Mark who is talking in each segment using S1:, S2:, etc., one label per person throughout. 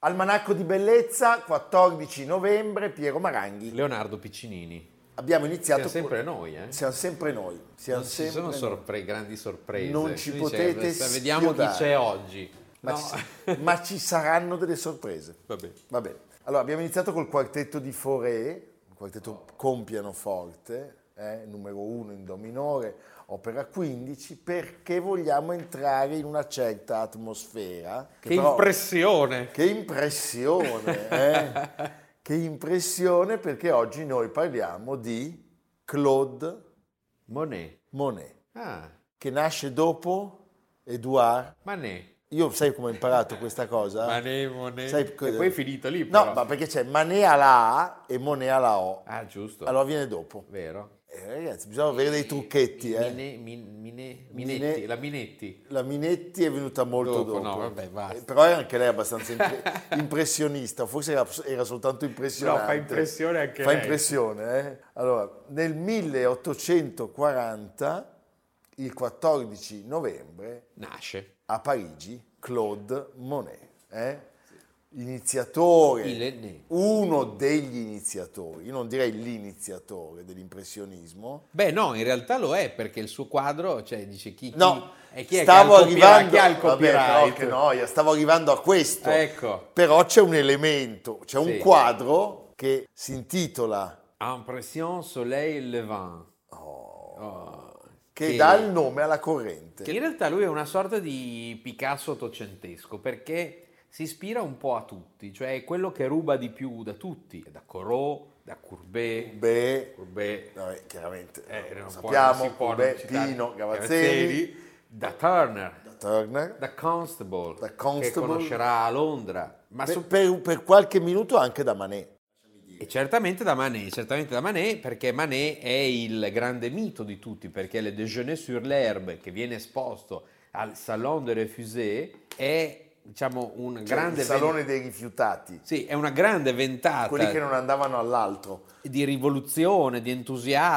S1: Almanacco di Bellezza, 14 novembre, Piero Maranghi.
S2: Leonardo Piccinini,
S1: Abbiamo iniziato...
S2: siamo sempre noi, eh?
S1: con- Siamo sempre noi. Siamo
S2: Non ci
S1: sempre
S2: sono
S1: noi.
S2: sorpre- grandi sorprese.
S1: Non ci
S2: Tu
S1: potete
S2: "Adesso Vediamo chi
S1: schiodare."
S2: c'è oggi.
S1: Ma,
S2: No.
S1: ci, ma ci saranno delle sorprese.
S2: Vabbè.
S1: Va bene. Allora, abbiamo iniziato col quartetto di Foré, un quartetto con pianoforte, eh, numero 1 in Do minore, opera 15, perché vogliamo entrare in una certa atmosfera.
S2: Che,
S1: però-
S2: impressione!
S1: che impressione! eh? che impressione perché oggi noi parliamo di Claude
S2: Monet.
S1: Monet,
S2: Ah,
S1: che nasce dopo Edouard.
S2: Manet.
S1: Io sai come ho imparato questa cosa?
S2: Manet, Monet.
S1: Sai
S2: e
S1: cosa-
S2: poi è finito lì, però.
S1: No, ma perché c'è Mané alla A e Moné alla O.
S2: Ah, giusto.
S1: Allora viene dopo.
S2: Vero.
S1: Eh, ragazzi, bisogna avere dei trucchetti, eh.
S2: Mine- min- mine-
S1: Mine-
S2: minetti, la Minetti.
S1: La Minetti è venuta molto
S2: Dopo,
S1: dopo.
S2: no, vabbè, basta.
S1: Eh, Però era anche lei abbastanza impre- impressionista, forse era, era soltanto impressionante.
S2: No, fa impressione anche
S1: Fa
S2: lei.
S1: impressione, eh. Allora, nel 1840, il 14 novembre,
S2: Nasce.
S1: a Parigi, Claude Monet, eh? iniziatore,
S2: Il ne-
S1: uno degli iniziatori, io non direi l'iniziatore dell'impressionismo.
S2: Beh, no, in realtà lo è perché il suo quadro, cioè, dice chi, chi-
S1: No,
S2: e chi è
S1: stavo
S2: che ha il copyright-
S1: arrivando,
S2: chi ha il
S1: vabbè, però
S2: copyright?
S1: che noia, stavo arrivando a questo.
S2: Ecco,
S1: Però c'è un elemento, c'è
S2: Sì.
S1: un quadro che si intitola
S2: Impression Soleil Levant. Oh.
S1: che, dà il nome alla corrente.
S2: che in realtà lui è una sorta di Picasso ottocentesco perché si ispira un po' a tutti, cioè è quello che ruba di più da tutti, da Corot, da Courbet,
S1: Beh,
S2: Courbet
S1: vabbè, chiaramente
S2: eh,
S1: lo
S2: non può- non
S1: sappiamo,
S2: si può non
S1: Courbet,
S2: citare
S1: Pino, Gavazzeni,
S2: da Turner,
S1: Turner,
S2: da Constable,
S1: Da Constable.
S2: che conoscerà a Londra, ma
S1: per,
S2: so-
S1: per- per qualche minuto anche da Manet.
S2: E certamente da Manet, certamente da Manet, perché Manet è il grande mito di tutti, perché le Déjeuner sur l'herbe che viene esposto al Salon de Refusés è diciamo un
S1: Cioè,
S2: grande
S1: il salone dei rifiutati,
S2: ven- sì, è una grande ventata
S1: quelli che non andavano all'altro.
S2: di rivoluzione, di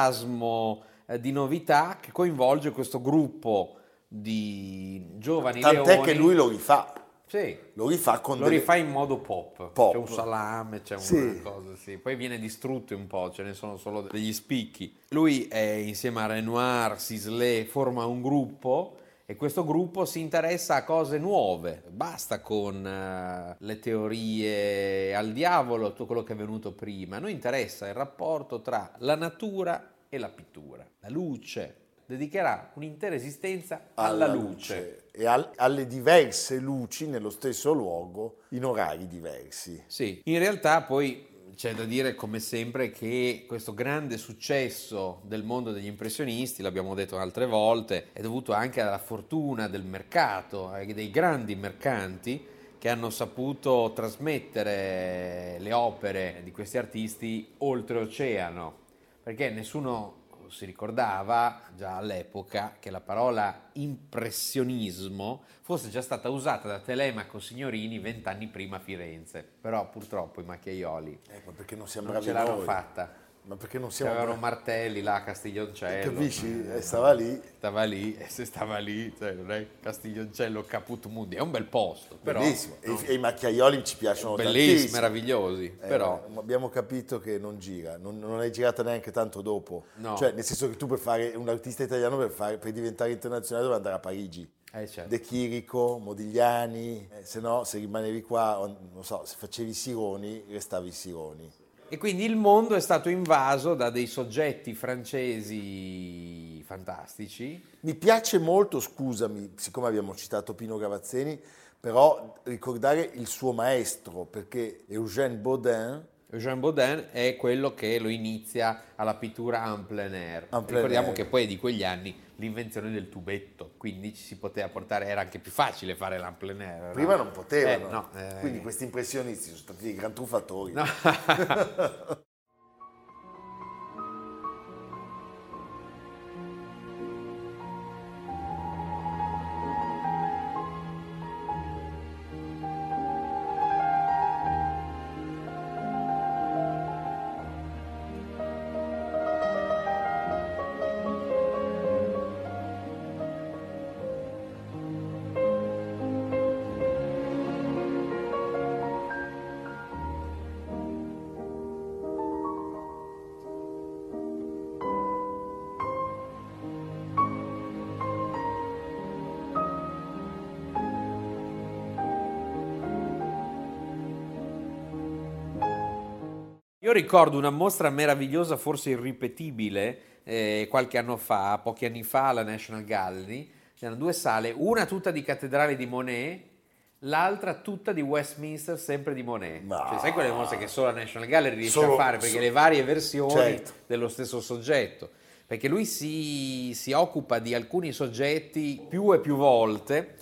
S2: entusiasmo, eh, di novità che coinvolge questo gruppo di giovani
S1: Tant'è
S2: leoni.
S1: che lui lo rifà,
S2: Sì,
S1: lo rifà con
S2: lo
S1: delle-
S2: rifà in modo pop.
S1: Pop.
S2: C'è un salame, c'è una
S1: Sì.
S2: cosa, sì. Poi viene distrutto un po', ce ne sono solo degli spicchi. Lui è insieme a Renoir, Sisley, forma un gruppo e questo gruppo si interessa a cose nuove. Basta con eh, le teorie al diavolo, tutto quello che è venuto prima. A noi interessa il rapporto tra la natura e la pittura, la luce. Dedicherà un'intera esistenza alla, luce.
S1: e al- alle diverse luci nello stesso luogo in orari diversi.
S2: Sì, in realtà poi c'è da dire come sempre che questo grande successo del mondo degli impressionisti, l'abbiamo detto altre volte, è dovuto anche alla fortuna del mercato, eh, dei grandi mercanti che hanno saputo trasmettere le opere di questi artisti oltreoceano, perché nessuno si ricordava già all'epoca che la parola impressionismo fosse già stata usata da Telemaco Signorini vent'anni prima a Firenze, però purtroppo i macchiaioli
S1: Ecco, perché non siamo
S2: non
S1: bravi
S2: ce l'hanno
S1: noi.
S2: fatta.
S1: ma perché non siamo...
S2: C'erano martelli là, Castiglioncello.
S1: Capisci?
S2: Eh,
S1: Eh, stava lì,
S2: Stava lì, e se stava lì, cioè, non è Castiglioncello Caput Mundi, è un bel posto, però,
S1: bellissimo. E, i- e i macchiaioli ci piacciono
S2: bellissimi,
S1: tantissimo.
S2: meravigliosi,
S1: Eh,
S2: però
S1: ma abbiamo capito che non gira, non, non è girata neanche tanto dopo.
S2: No.
S1: Cioè, nel senso che tu per fare un artista italiano, per, fare- per diventare internazionale, dovevi andare a Parigi.
S2: eh, certo.
S1: De Chirico, Modigliani, eh, se no, se rimanevi qua, o- non so, se facevi Sironi, restavi Sironi.
S2: E quindi il mondo è stato invaso da dei soggetti francesi fantastici.
S1: Mi piace molto, scusami, siccome abbiamo citato Pino Gavazzeni, però ricordare il suo maestro, perché Eugène Baudin,
S2: Jean Baudin è quello che lo inizia alla pittura en plein air.
S1: En plein
S2: Ricordiamo
S1: air.
S2: che poi di quegli anni l'invenzione del tubetto, quindi ci si poteva portare, era anche più facile fare l'en plein air.
S1: prima
S2: no?
S1: non potevano,
S2: Eh, no, eh.
S1: quindi questi impressionisti sono stati dei gran truffatori.
S2: No. Io ricordo una mostra meravigliosa, forse irripetibile, eh, qualche anno fa, pochi anni fa, alla National Gallery. C'erano due sale, una tutta di cattedrale di Monet, l'altra tutta di Westminster, sempre di Monet.
S1: Ma-
S2: Cioè, sai quelle mostre che solo la National Gallery riesce
S1: Solo-
S2: a fare, perché
S1: so-
S2: le varie versioni
S1: Certo.
S2: dello stesso soggetto. Perché lui si, si occupa di alcuni soggetti più e più volte,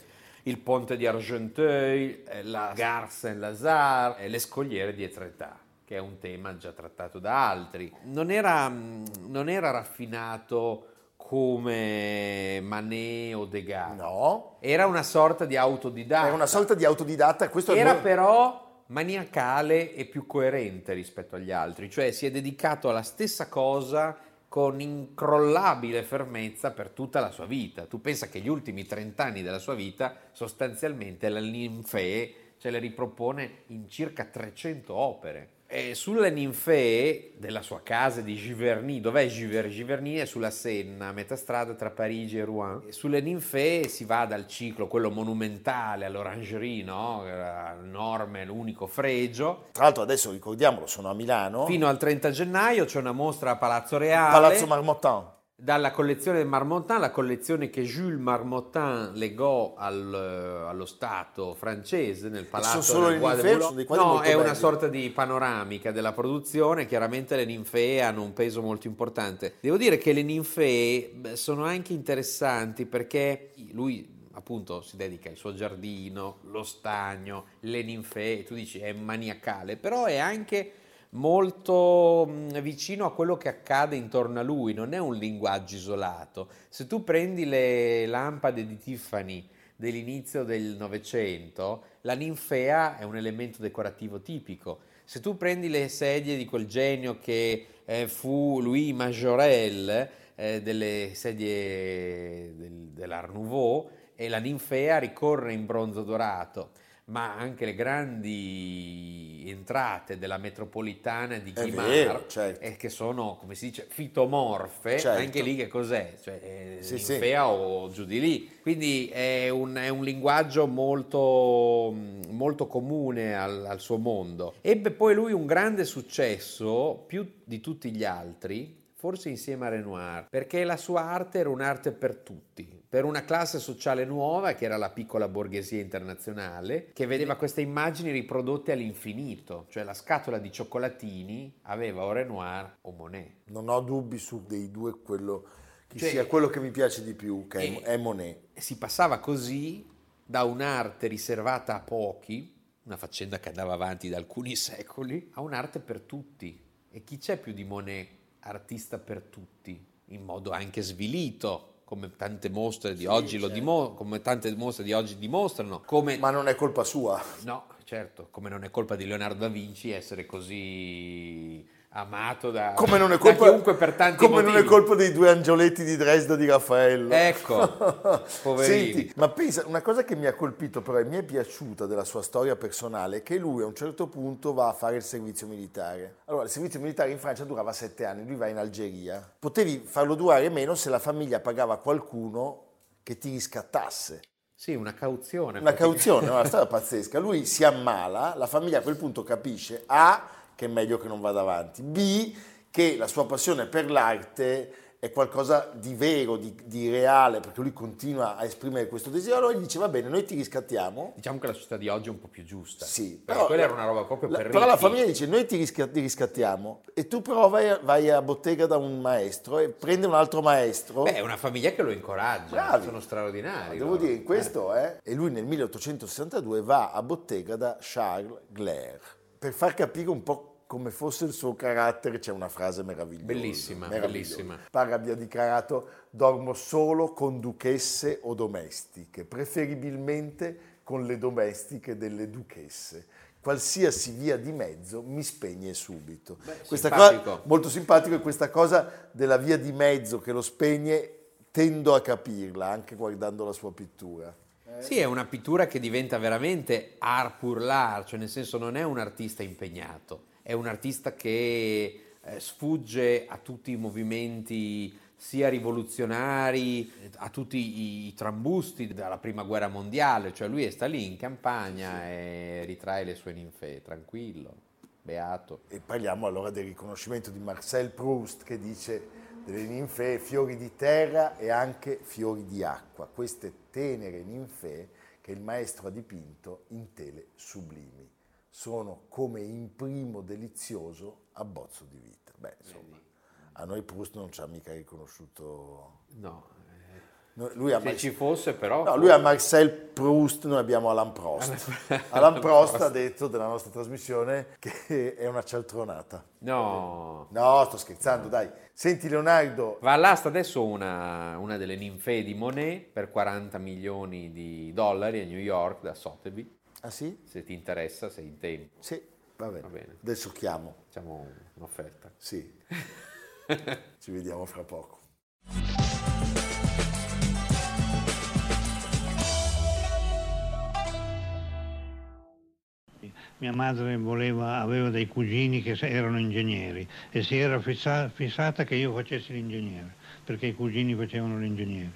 S2: il ponte di Argenteuil, eh, la Gare Saint-Lazare, eh, le scogliere di Etretat, che è un tema già trattato da altri. Non era, mm, non era raffinato come Manet o Degas,
S1: No,
S2: era una sorta di autodidatta.
S1: È una sorta di autodidatta, questo è
S2: Ah, Era
S1: mo-
S2: però maniacale e più coerente rispetto agli altri, cioè si è dedicato alla stessa cosa con incrollabile fermezza per tutta la sua vita. Tu pensa che gli ultimi 30 anni della sua vita sostanzialmente la ninfee ce le ripropone in circa 300 opere. E sulle Eh, ninfee della sua casa di Giverny, dov'è Giverny? Giverny è sulla Senna, a metà strada tra Parigi e Rouen. E sulle ninfee si va dal ciclo, quello monumentale all'Orangerie, no? Era enorme, l'unico fregio,
S1: Tra l'altro adesso ricordiamolo, sono a Milano,
S2: Fino al 30 gennaio c'è una mostra a Palazzo Reale.
S1: Palazzo Marmottan.
S2: dalla collezione del Marmottin, la collezione che Jules Marmottin legò al, eh, allo Stato francese nel palazzo
S1: solo
S2: del
S1: le
S2: Bois de
S1: ninfee o
S2: Boulogne.
S1: sono dei quadri
S2: No,
S1: molto
S2: è una
S1: belli?
S2: sorta di panoramica della produzione, chiaramente le ninfee hanno un peso molto importante. Devo dire che le ninfee beh, sono anche interessanti perché lui appunto si dedica al suo giardino, lo stagno, le ninfee, tu dici è maniacale, però è anche molto mh, vicino a quello che accade intorno a lui, non è un linguaggio isolato. Se tu prendi le lampade di Tiffany dell'inizio del Novecento, la ninfea è un elemento decorativo tipico. Se tu prendi le sedie di quel genio che eh, fu Louis Majorel, eh, delle sedie del- dell'Art Nouveau, e la ninfea ricorre in bronzo dorato ma anche le grandi entrate della metropolitana di
S1: È
S2: Guimar,
S1: vero, certo.
S2: eh, che sono, come si dice, fitomorfe,
S1: Certo.
S2: anche lì che cos'è? Cioè, eh,
S1: Sì, sì.
S2: ninfea o giù di lì. Quindi è un, è un linguaggio molto, mh, molto comune al, al suo mondo. Ebbe poi lui un grande successo, più di tutti gli altri, forse insieme a Renoir, perché la sua arte era un'arte per tutti, per una classe sociale nuova che era la piccola borghesia internazionale, che vedeva queste immagini riprodotte all'infinito, cioè la scatola di cioccolatini aveva o Renoir o Monet.
S1: Non ho dubbi su dei due quello che
S2: Cioè-
S1: sia quello che mi piace di più, che
S2: Eh.
S1: è, è Monet.
S2: si passava così da un'arte riservata a pochi, una faccenda che andava avanti da alcuni secoli, a un'arte per tutti. E chi c'è più di Monet, artista per tutti, in modo anche svilito, come tante mostre di oggi lo
S1: certo.
S2: dimo- come tante mostre di oggi dimostrano, come
S1: Ma non è colpa sua.
S2: Ah. No, certo, come non è colpa di Leonardo da Vinci essere così amato da,
S1: Come non è
S2: da
S1: colpa,
S2: chiunque per tanti
S1: come non
S2: motivi.
S1: è colpa dei due angioletti di Dresda di Raffaello.
S2: Ecco, poverini.
S1: Senti, ma pensa, una cosa che mi ha colpito però e mi è piaciuta della sua storia personale è che lui a un certo punto va a fare il servizio militare. Allora, il servizio militare in Francia durava sette anni, lui va in Algeria. Potevi farlo durare meno se la famiglia pagava qualcuno che ti riscattasse.
S2: Sì, una cauzione.
S1: Una
S2: perché-
S1: cauzione, una storia pazzesca. Lui si ammala, la famiglia a quel punto capisce A, che è meglio che non vada avanti, B, che la sua passione per l'arte è qualcosa di vero, di, di reale, perché lui continua a esprimere questo desiderio e gli dice va bene, noi ti riscattiamo.
S2: Diciamo che la società di oggi è un po' più giusta.
S1: Sì,
S2: Perché Eh, quella era una roba proprio
S1: la-
S2: per
S1: Però la
S2: ricchi.
S1: famiglia dice noi ti, risca- ti riscattiamo e tu però vai, a- vai a bottega da un maestro e prende un altro maestro.
S2: Beh, è una famiglia che lo incoraggia.
S1: Bravi.
S2: Sono straordinari.
S1: Devo
S2: loro.
S1: dire, in questo è. E lui nel 1862 va a bottega da Charles Glaire. Per far capire un po' come fosse il suo carattere, c'è una frase meravigliosa.
S2: Bellissima,
S1: meravigliosa.
S2: bellissima.
S1: Parra abbia dichiarato: Dormo solo con duchesse o domestiche, preferibilmente con le domestiche delle duchesse. Qualsiasi via di mezzo mi spegne subito. questa cosa
S2: simpatico.
S1: molto simpatico e questa cosa della via di mezzo che lo spegne tendo a capirla anche guardando la sua pittura.
S2: Eh. Sì, è una pittura che diventa veramente art pour l'art, cioè nel senso non è un artista impegnato, è un artista che eh, sfugge a tutti i movimenti sia rivoluzionari, a tutti i trambusti dalla prima guerra mondiale, cioè lui è- sta lì in campagna e ritrae le sue ninfe, tranquillo, beato.
S1: E parliamo allora del riconoscimento di Marcel Proust che dice delle ninfe fiori di terra e anche fiori di acqua, queste tenere ninfe che il maestro ha dipinto in tele sublimi. Sono come in primo delizioso abbozzo di vita. Beh, insomma, a noi Proust non ci ha mica riconosciuto...
S2: No, eh,
S1: no, Lui ha
S2: se ci fosse però...
S1: No, lui a Marcel Proust, noi abbiamo Alan Prost. Alan Prost ha detto della nostra trasmissione che è una cialtronata.
S2: No.
S1: No, sto scherzando, dai. Senti Leonardo,
S2: Va all'asta adesso una, una delle ninfee di Monet per 40 milioni di dollari a New York da Sotheby,
S1: ah sì?
S2: se ti interessa, sei in tempo,
S1: Sì, va bene.
S2: Va bene.
S1: Adesso chiamo,
S2: facciamo un'offerta.
S1: sì. Ci vediamo fra poco.
S3: Mia madre voleva- aveva dei cugini che se- erano ingegneri e si era fissa- fissata che io facessi l'ingegnere, perché i cugini facevano l'ingegnere.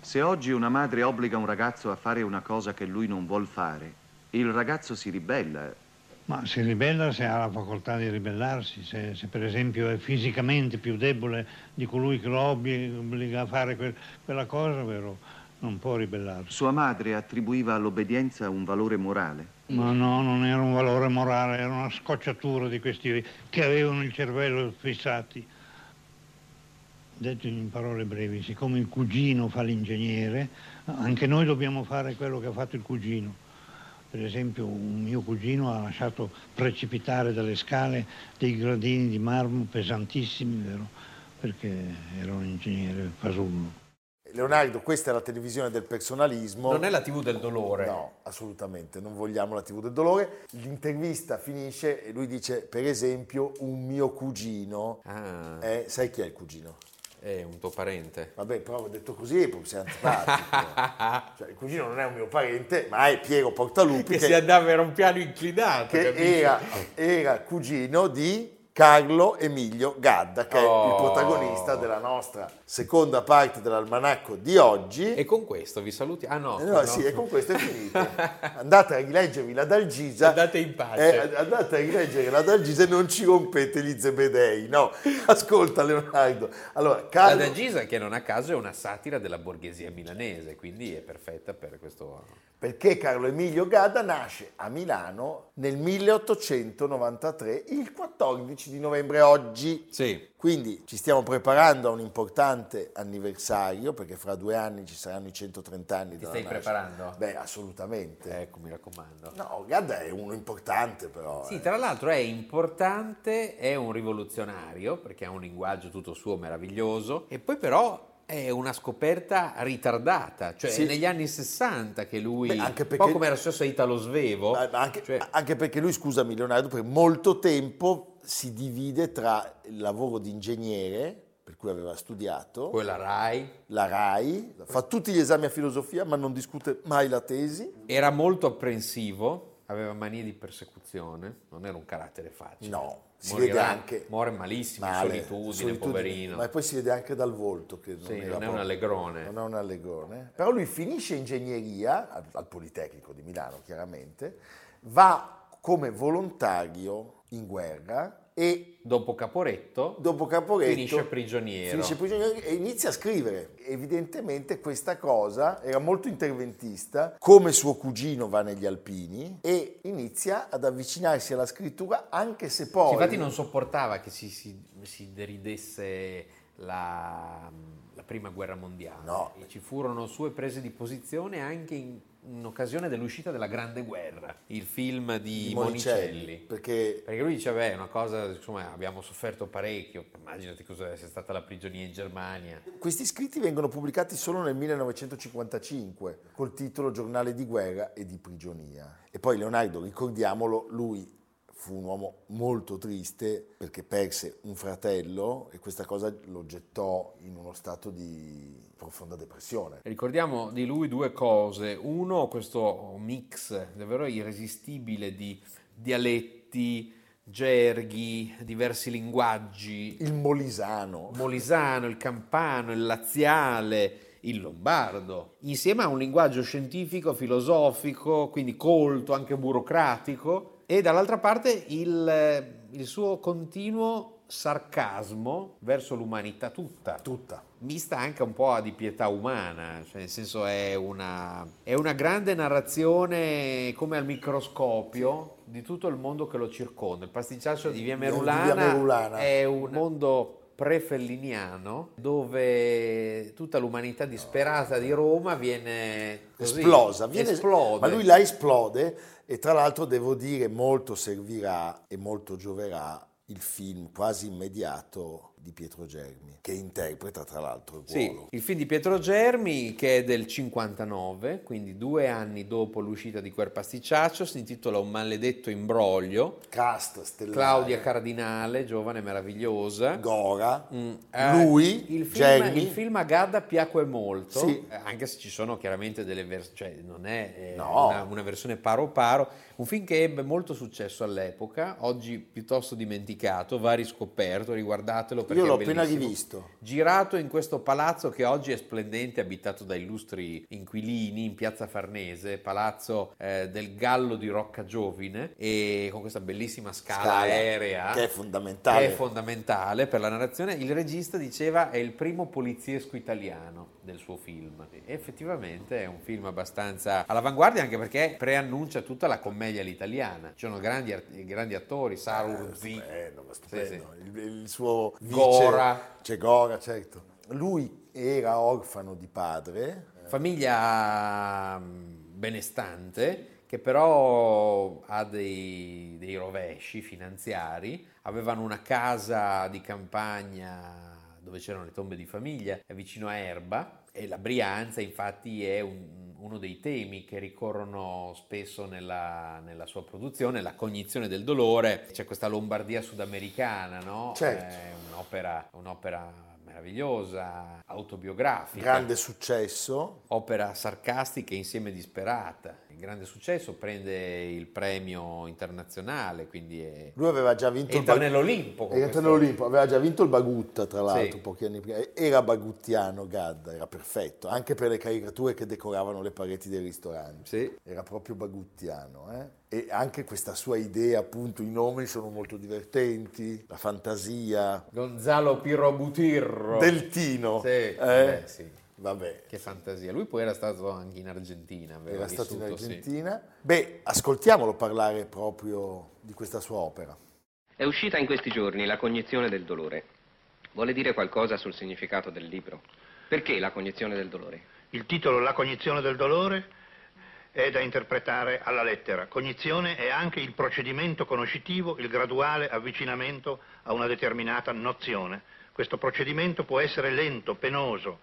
S4: Se oggi una madre obbliga un ragazzo a fare una cosa che lui non vuol fare, il ragazzo si ribella.
S3: Ma si ribella se ha la facoltà di ribellarsi, se, se per esempio è fisicamente più debole di colui che lo obbli- obbliga a fare quel- quella cosa, vero? Non può ribellarsi.
S4: Sua madre attribuiva all'obbedienza un valore morale.
S3: Ma no, non era un valore morale, era una scocciatura di questi che avevano il cervello fissati. Detto in parole brevi, siccome il cugino fa l'ingegnere, anche noi dobbiamo fare quello che ha fatto il cugino. Per esempio un mio cugino ha lasciato precipitare dalle scale dei gradini di marmo pesantissimi, vero? Perché era un ingegnere fasullo.
S1: Leonardo, questa è la televisione del personalismo.
S2: Non è la TV del dolore.
S1: No, assolutamente, non vogliamo la TV del dolore. L'intervista finisce e lui dice, per esempio, un mio cugino.
S2: Ah,
S1: Eh, sai chi è il cugino?
S2: è un tuo parente.
S1: Vabbè, però ho detto così e poi sei antipatico. cioè, il cugino non è un mio parente, ma è Piero Portalupi
S2: Che
S1: che,
S2: si andava, era un piano inclinato.
S1: che
S2: capisci?
S1: era, era cugino di Carlo Emilio Gadda, che è il
S2: Oh.
S1: protagonista della nostra seconda parte dell'almanacco di oggi.
S2: E con questo vi salutiamo. Ah no,
S1: Eh, no,
S2: no.
S1: sì, e con questo è finito. Andate a rileggervi la Dalgisa.
S2: Andate in pace.
S1: Eh, andate a rileggere la Dalgisa e non ci rompete gli zebedei. No, ascolta Leonardo. Allora,
S2: La
S1: Carlo...
S2: Dagisa, che non a caso è una satira della borghesia milanese, quindi è perfetta per questo...
S1: Perché Carlo Emilio Gadda nasce a Milano nel 1893, il 14 di novembre oggi.
S2: Sì,
S1: Quindi ci stiamo preparando a un importante anniversario, perché fra due anni ci saranno i 130 anni
S2: ti stai preparando?
S1: Beh, assolutamente.
S2: Ecco, mi raccomando.
S1: No, Gadda è uno importante però. eh.
S2: Sì, tra l'altro è importante, è un rivoluzionario perché ha un linguaggio tutto suo meraviglioso e poi però è una scoperta ritardata, cioè
S1: Sì.
S2: è negli anni 60 che lui,
S1: Beh, anche
S2: un
S1: perché-
S2: po' come era successo a Italo Svevo,
S1: Ma- ma anche,
S2: cioè,
S1: anche perché lui, scusami Leonardo, per molto tempo si divide tra il lavoro di ingegnere, per cui aveva studiato,
S2: Poi la RAI
S1: la RAI, fa tutti gli esami a filosofia ma non discute mai la tesi.
S2: era molto apprensivo, aveva manie di persecuzione, non era un carattere facile.
S1: No, si
S2: Morirà-
S1: vede anche-
S2: Muore malissimo, in
S1: Male,
S2: solitudine,
S1: solitudine.
S2: poverino.
S1: Ma poi si vede anche dal volto che non,
S2: Sì,
S1: era
S2: non è un
S1: proprio-
S2: allegrone.
S1: Non è un allegone. Però lui finisce ingegneria al, al Politecnico di Milano, chiaramente, va come volontario in guerra e
S2: Dopo Caporetto,
S1: dopo Caporetto
S2: Finisce prigioniero.
S1: finisce prigioniero e inizia a scrivere. Evidentemente questa cosa era molto interventista, come suo cugino va negli Alpini e inizia ad avvicinarsi alla scrittura anche se poi
S2: Sì, infatti non sopportava che si, si- si deridesse la, la prima guerra mondiale.
S1: No.
S2: E ci furono sue prese di posizione anche in, in occasione dell'uscita della Grande Guerra, il film di,
S1: di
S2: Monicelli.
S1: perché
S2: Perché lui diceva, beh, è una cosa, insomma, abbiamo sofferto parecchio, immaginati cosa deve essere stata la prigionia in Germania.
S1: Questi scritti vengono pubblicati solo nel 1955 col titolo Giornale di guerra e di prigionia. E poi Leonardo, ricordiamolo, lui fu un uomo molto triste perché perse un fratello e questa cosa lo gettò in uno stato di profonda depressione.
S2: Ricordiamo di lui due cose. Uno, questo mix davvero irresistibile di dialetti, gerghi, diversi linguaggi,
S1: Il Molisano,
S2: molisano, il campano, il laziale, il lombardo, insieme a un linguaggio scientifico, filosofico, quindi colto, anche burocratico, e dall'altra parte il, il suo continuo sarcasmo verso l'umanità tutta
S1: tutta.
S2: mista anche un po' di pietà umana, cioè nel senso è una, è una grande narrazione come al microscopio di tutto il mondo che lo circonda. Il pasticciaccio di Via
S1: Di Via
S2: Merulana,
S1: Merulana.
S2: è un mondo pre-felliniano dove tutta l'umanità disperata di Roma viene così,
S1: esplosa, viene-
S2: esplode.
S1: ma lui la esplode e tra l'altro devo dire molto servirà e molto gioverà il film quasi immediato di Pietro Germi che interpreta tra l'altro il
S2: Sì,
S1: ruolo.
S2: il film di Pietro Germi che è del 59, quindi due anni dopo l'uscita di quel pasticciaccio, si intitola Un maledetto imbroglio.
S1: Cast, stellare,
S2: Claudia Cardinale, giovane meravigliosa.
S1: Gora,
S2: Mm, eh,
S1: lui,
S2: il film,
S1: Germi.
S2: il film a Gadda piacque molto,
S1: Sì.
S2: eh, anche se ci sono chiaramente delle versioni, cioè non è eh,
S1: No.
S2: una, una versione paro paro, un film che ebbe molto successo all'epoca, oggi piuttosto dimenticato, va riscoperto, riguardatelo perché
S1: io l'ho
S2: è
S1: appena
S2: bellissimo.
S1: rivisto.
S2: Girato in questo palazzo che oggi è splendente, abitato da illustri inquilini in piazza Farnese, palazzo eh, del Gallo di Rocca Giovine, e con questa bellissima scala,
S1: Scala,
S2: aerea
S1: che è fondamentale.
S2: che è fondamentale per la narrazione. Il regista diceva è il primo poliziesco italiano del suo film. E effettivamente è un film abbastanza all'avanguardia anche perché preannuncia tutta la commedia all'italiana. Ci sono grandi, art- grandi attori, Saru
S1: Eh,
S2: Urzi,
S1: Stupendo, ma
S2: Sì,
S1: stupendo.
S2: sì.
S1: Il, il suo vice,
S2: Gora.
S1: c'è Gora, certo. Lui era orfano di padre,
S2: famiglia mm, benestante che però ha dei, dei rovesci finanziari, avevano una casa di campagna dove c'erano le tombe di famiglia, è vicino a Erba e la Brianza infatti è un- uno dei temi che ricorrono spesso nella, nella sua produzione, la cognizione del dolore, c'è questa Lombardia sudamericana, no?
S1: Certo.
S2: È un'opera, un'opera meravigliosa, autobiografica
S1: grande successo,
S2: opera sarcastica e insieme disperata. Il grande successo prende il premio internazionale, quindi è...
S1: Lui aveva già vinto
S2: entra
S1: Bag-
S2: nell'Olimpo. con
S1: Era
S2: questo-
S1: entrato nell'Olimpo, aveva già vinto il Bagutta, tra l'altro,
S2: Sì.
S1: pochi anni prima. Era baguttiano Gadda, era perfetto, anche per le caricature che decoravano le pareti dei ristoranti.
S2: Sì.
S1: Era proprio baguttiano, eh? E anche questa sua idea, appunto, i nomi sono molto divertenti, la fantasia
S2: Gonzalo Pirro Butirro.
S1: del Tino.
S2: Sì,
S1: eh?
S2: vabbè, sì.
S1: Vabbè,
S2: Che fantasia. Lui poi era stato anche in Argentina. aveva
S1: era stato in
S2: vissuto, sì.
S1: Argentina. Beh, ascoltiamolo parlare proprio di questa sua opera.
S5: È uscita in questi giorni la cognizione del dolore. Vuole dire qualcosa sul significato del libro? Perché la cognizione del dolore?
S6: Il titolo La cognizione del dolore è da interpretare alla lettera. Cognizione è anche il procedimento conoscitivo, il graduale avvicinamento a una determinata nozione. Questo procedimento può essere lento, penoso,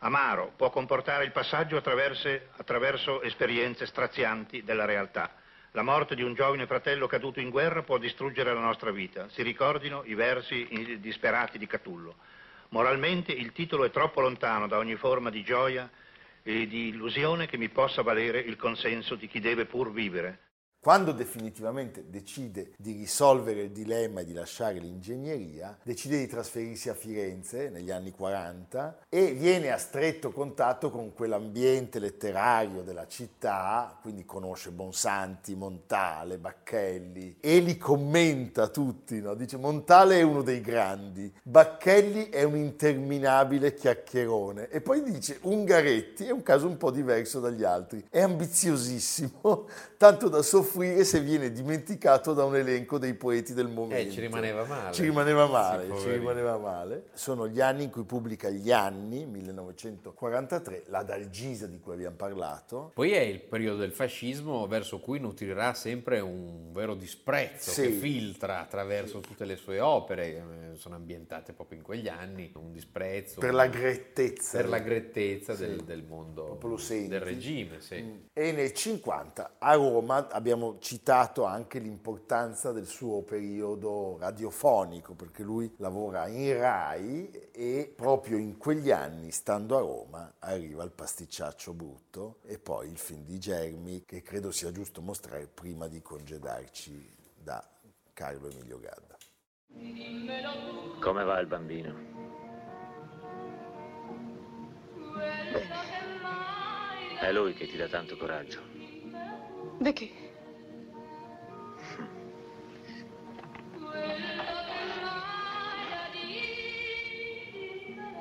S6: amaro, può comportare il passaggio attraverse- attraverso esperienze strazianti della realtà. La morte di un giovane fratello caduto in guerra può distruggere la nostra vita. Si ricordino i versi in- disperati di Catullo. Moralmente il titolo è troppo lontano da ogni forma di gioia e di illusione che mi possa valere il consenso di chi deve pur vivere.
S1: Quando definitivamente decide di risolvere il dilemma e di lasciare l'ingegneria, decide di trasferirsi a Firenze negli anni 40 e viene a stretto contatto con quell'ambiente letterario della città, quindi conosce Bonsanti, Montale, Bacchelli e li commenta tutti, no? dice Montale è uno dei grandi, Bacchelli è un interminabile chiacchierone e poi dice Ungaretti è un caso un po' diverso dagli altri, è ambiziosissimo, tanto da soffrire se viene dimenticato da un elenco dei poeti del momento.
S2: Eh, ci rimaneva male.
S1: Ci rimaneva male,
S2: Sì,
S1: ci
S2: poverino.
S1: rimaneva male. Sono gli anni in cui pubblica Gli anni, 1943, la Dalgisa di cui abbiamo parlato.
S2: Poi è il periodo del fascismo verso cui nutrirà sempre un vero disprezzo
S1: Sì.
S2: che filtra attraverso tutte le sue opere, eh, sono ambientate proprio in quegli anni, un disprezzo
S1: Per
S2: un-
S1: la grettezza.
S2: per la grettezza del,
S1: Sì.
S2: del mondo,
S1: Proprio lo senti. Mm.
S2: del regime. sì.
S1: E nel 50 a Roma abbiamo citato anche l'importanza del suo periodo radiofonico, perché lui lavora in Rai e proprio in quegli anni, stando a Roma, arriva il pasticciaccio brutto e poi il film di Germi, che credo sia giusto mostrare prima di congedarci da Carlo Emilio Gadda.
S7: Come va il bambino? Bene. È lui che ti dà tanto coraggio.
S8: Perché?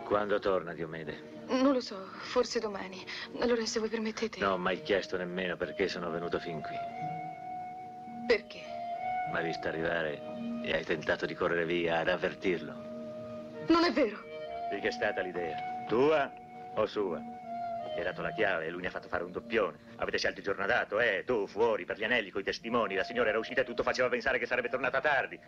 S7: Quando torna, Diomede?
S8: Non lo so, forse domani. Allora, se voi permettete.
S7: Non ho mai chiesto nemmeno perché sono venuto fin qui.
S8: Perché?
S7: Ma hai visto arrivare e hai tentato di correre via ad avvertirlo.
S8: Non è vero.
S7: Di che è stata l'idea? Tua o sua? Gli hai dato la chiave e lui ne ha fatto fare un doppione. Avete scelto il giornadato, eh? Tu fuori per gli anelli coi testimoni. La signora era uscita e tutto faceva pensare che sarebbe tornata tardi.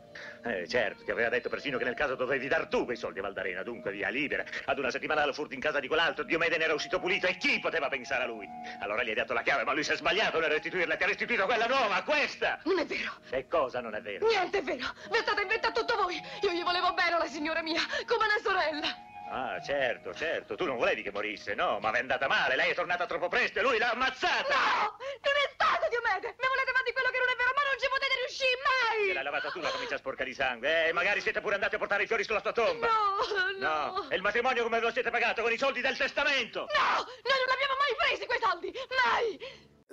S7: Eh, certo, ti aveva detto persino che nel caso dovevi dar tu quei soldi a Valdarena. Dunque, via libera. Ad una settimana lo furto in casa di quell'altro. Diomede ne era uscito pulito e chi poteva pensare a lui? Allora gli hai dato la chiave, ma lui si è sbagliato nel restituirla. Ti ha restituito quella nuova, questa!
S8: Non è vero.
S7: E cosa non è vero?
S8: Niente è vero. Vi è stato inventato tutto voi. Io gli volevo bene alla signora mia, come una sorella.
S7: Ah, certo, certo. Tu non volevi che morisse, no? Ma è andata male. Lei è tornata troppo presto e lui l'ha ammazzata.
S8: No! Non è stato Diomede! Mi volete fare di quello che non è vero, ma non ci potete riuscire mai!
S7: Se l'hai lavata tu la camicia sporca di sangue. Eh, magari siete pure andati a portare i fiori sulla sua tomba.
S8: No, no!
S7: E il matrimonio come ve lo siete pagato? Con i soldi del testamento.
S8: No! Noi non l'abbiamo mai presi quei soldi! Mai!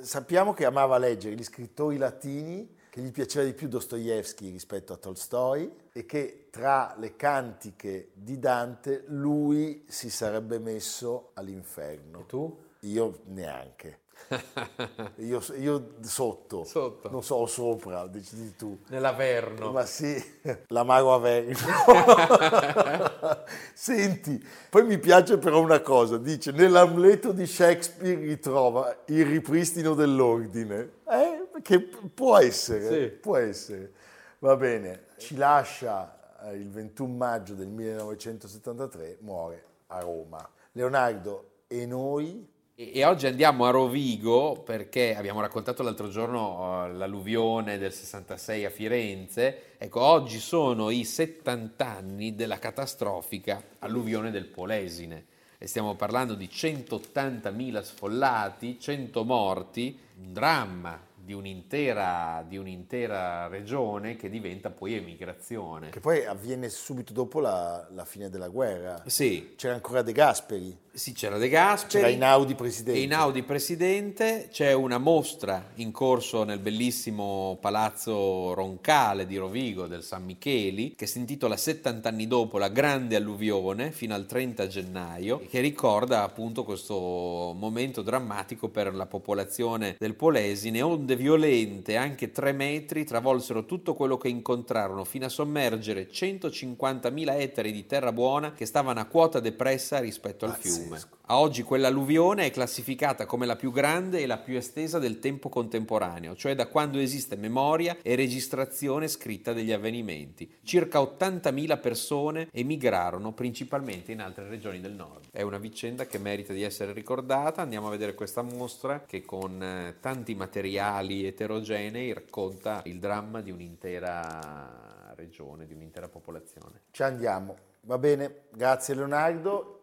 S1: Sappiamo che amava leggere gli scrittori latini, che gli piaceva di più Dostoevsky rispetto a Tolstoi e che tra le cantiche di Dante lui si sarebbe messo all'inferno.
S2: E tu?
S1: Io neanche. Io, io sotto.
S2: Sotto.
S1: Non so, o sopra, decidi tu.
S2: Nell'Averno.
S1: Ma sì, l'amaro Averno. Senti, poi mi piace però una cosa, dice nell'Amleto di Shakespeare ritrova il ripristino dell'ordine, eh, che p- può essere,
S2: Sì.
S1: può essere. Va bene, ci lascia eh, il 21 maggio del 1973, muore a Roma. Leonardo, e noi?
S2: E e oggi andiamo a Rovigo perché abbiamo raccontato l'altro giorno eh, l'alluvione del 66 a Firenze. Ecco, oggi sono i 70 anni della catastrofica alluvione del Polesine e stiamo parlando di 180.000 sfollati, 100 morti, un dramma di un'intera, di un'intera regione che diventa poi emigrazione.
S1: Che poi avviene subito dopo la, la fine della guerra.
S2: Sì,
S1: C'era ancora De Gasperi,
S2: sì, c'era De Gasperi.
S1: c'era Inaudi presidente.
S2: E Einaudi presidente, c'è una mostra in corso nel bellissimo palazzo Roncale di Rovigo del San Micheli, che si intitola 70 anni dopo la grande alluvione fino al 30 gennaio, che ricorda appunto questo momento drammatico per la popolazione del Polesine. Onde violente, anche 3 metri, travolsero tutto quello che incontrarono fino a sommergere 150.000 ettari di terra buona che stavano a quota depressa rispetto al
S1: Pazzesco.
S2: fiume. A oggi quell'alluvione è classificata come la più grande e la più estesa del tempo contemporaneo, cioè da quando esiste memoria e registrazione scritta degli avvenimenti. Circa 80.000 persone emigrarono principalmente in altre regioni del nord. È una vicenda che merita di essere ricordata. Andiamo a vedere questa mostra che con eh, tanti materiali eterogenei racconta il dramma di un'intera regione, di un'intera popolazione.
S1: Ci andiamo. Va bene, grazie Leonardo,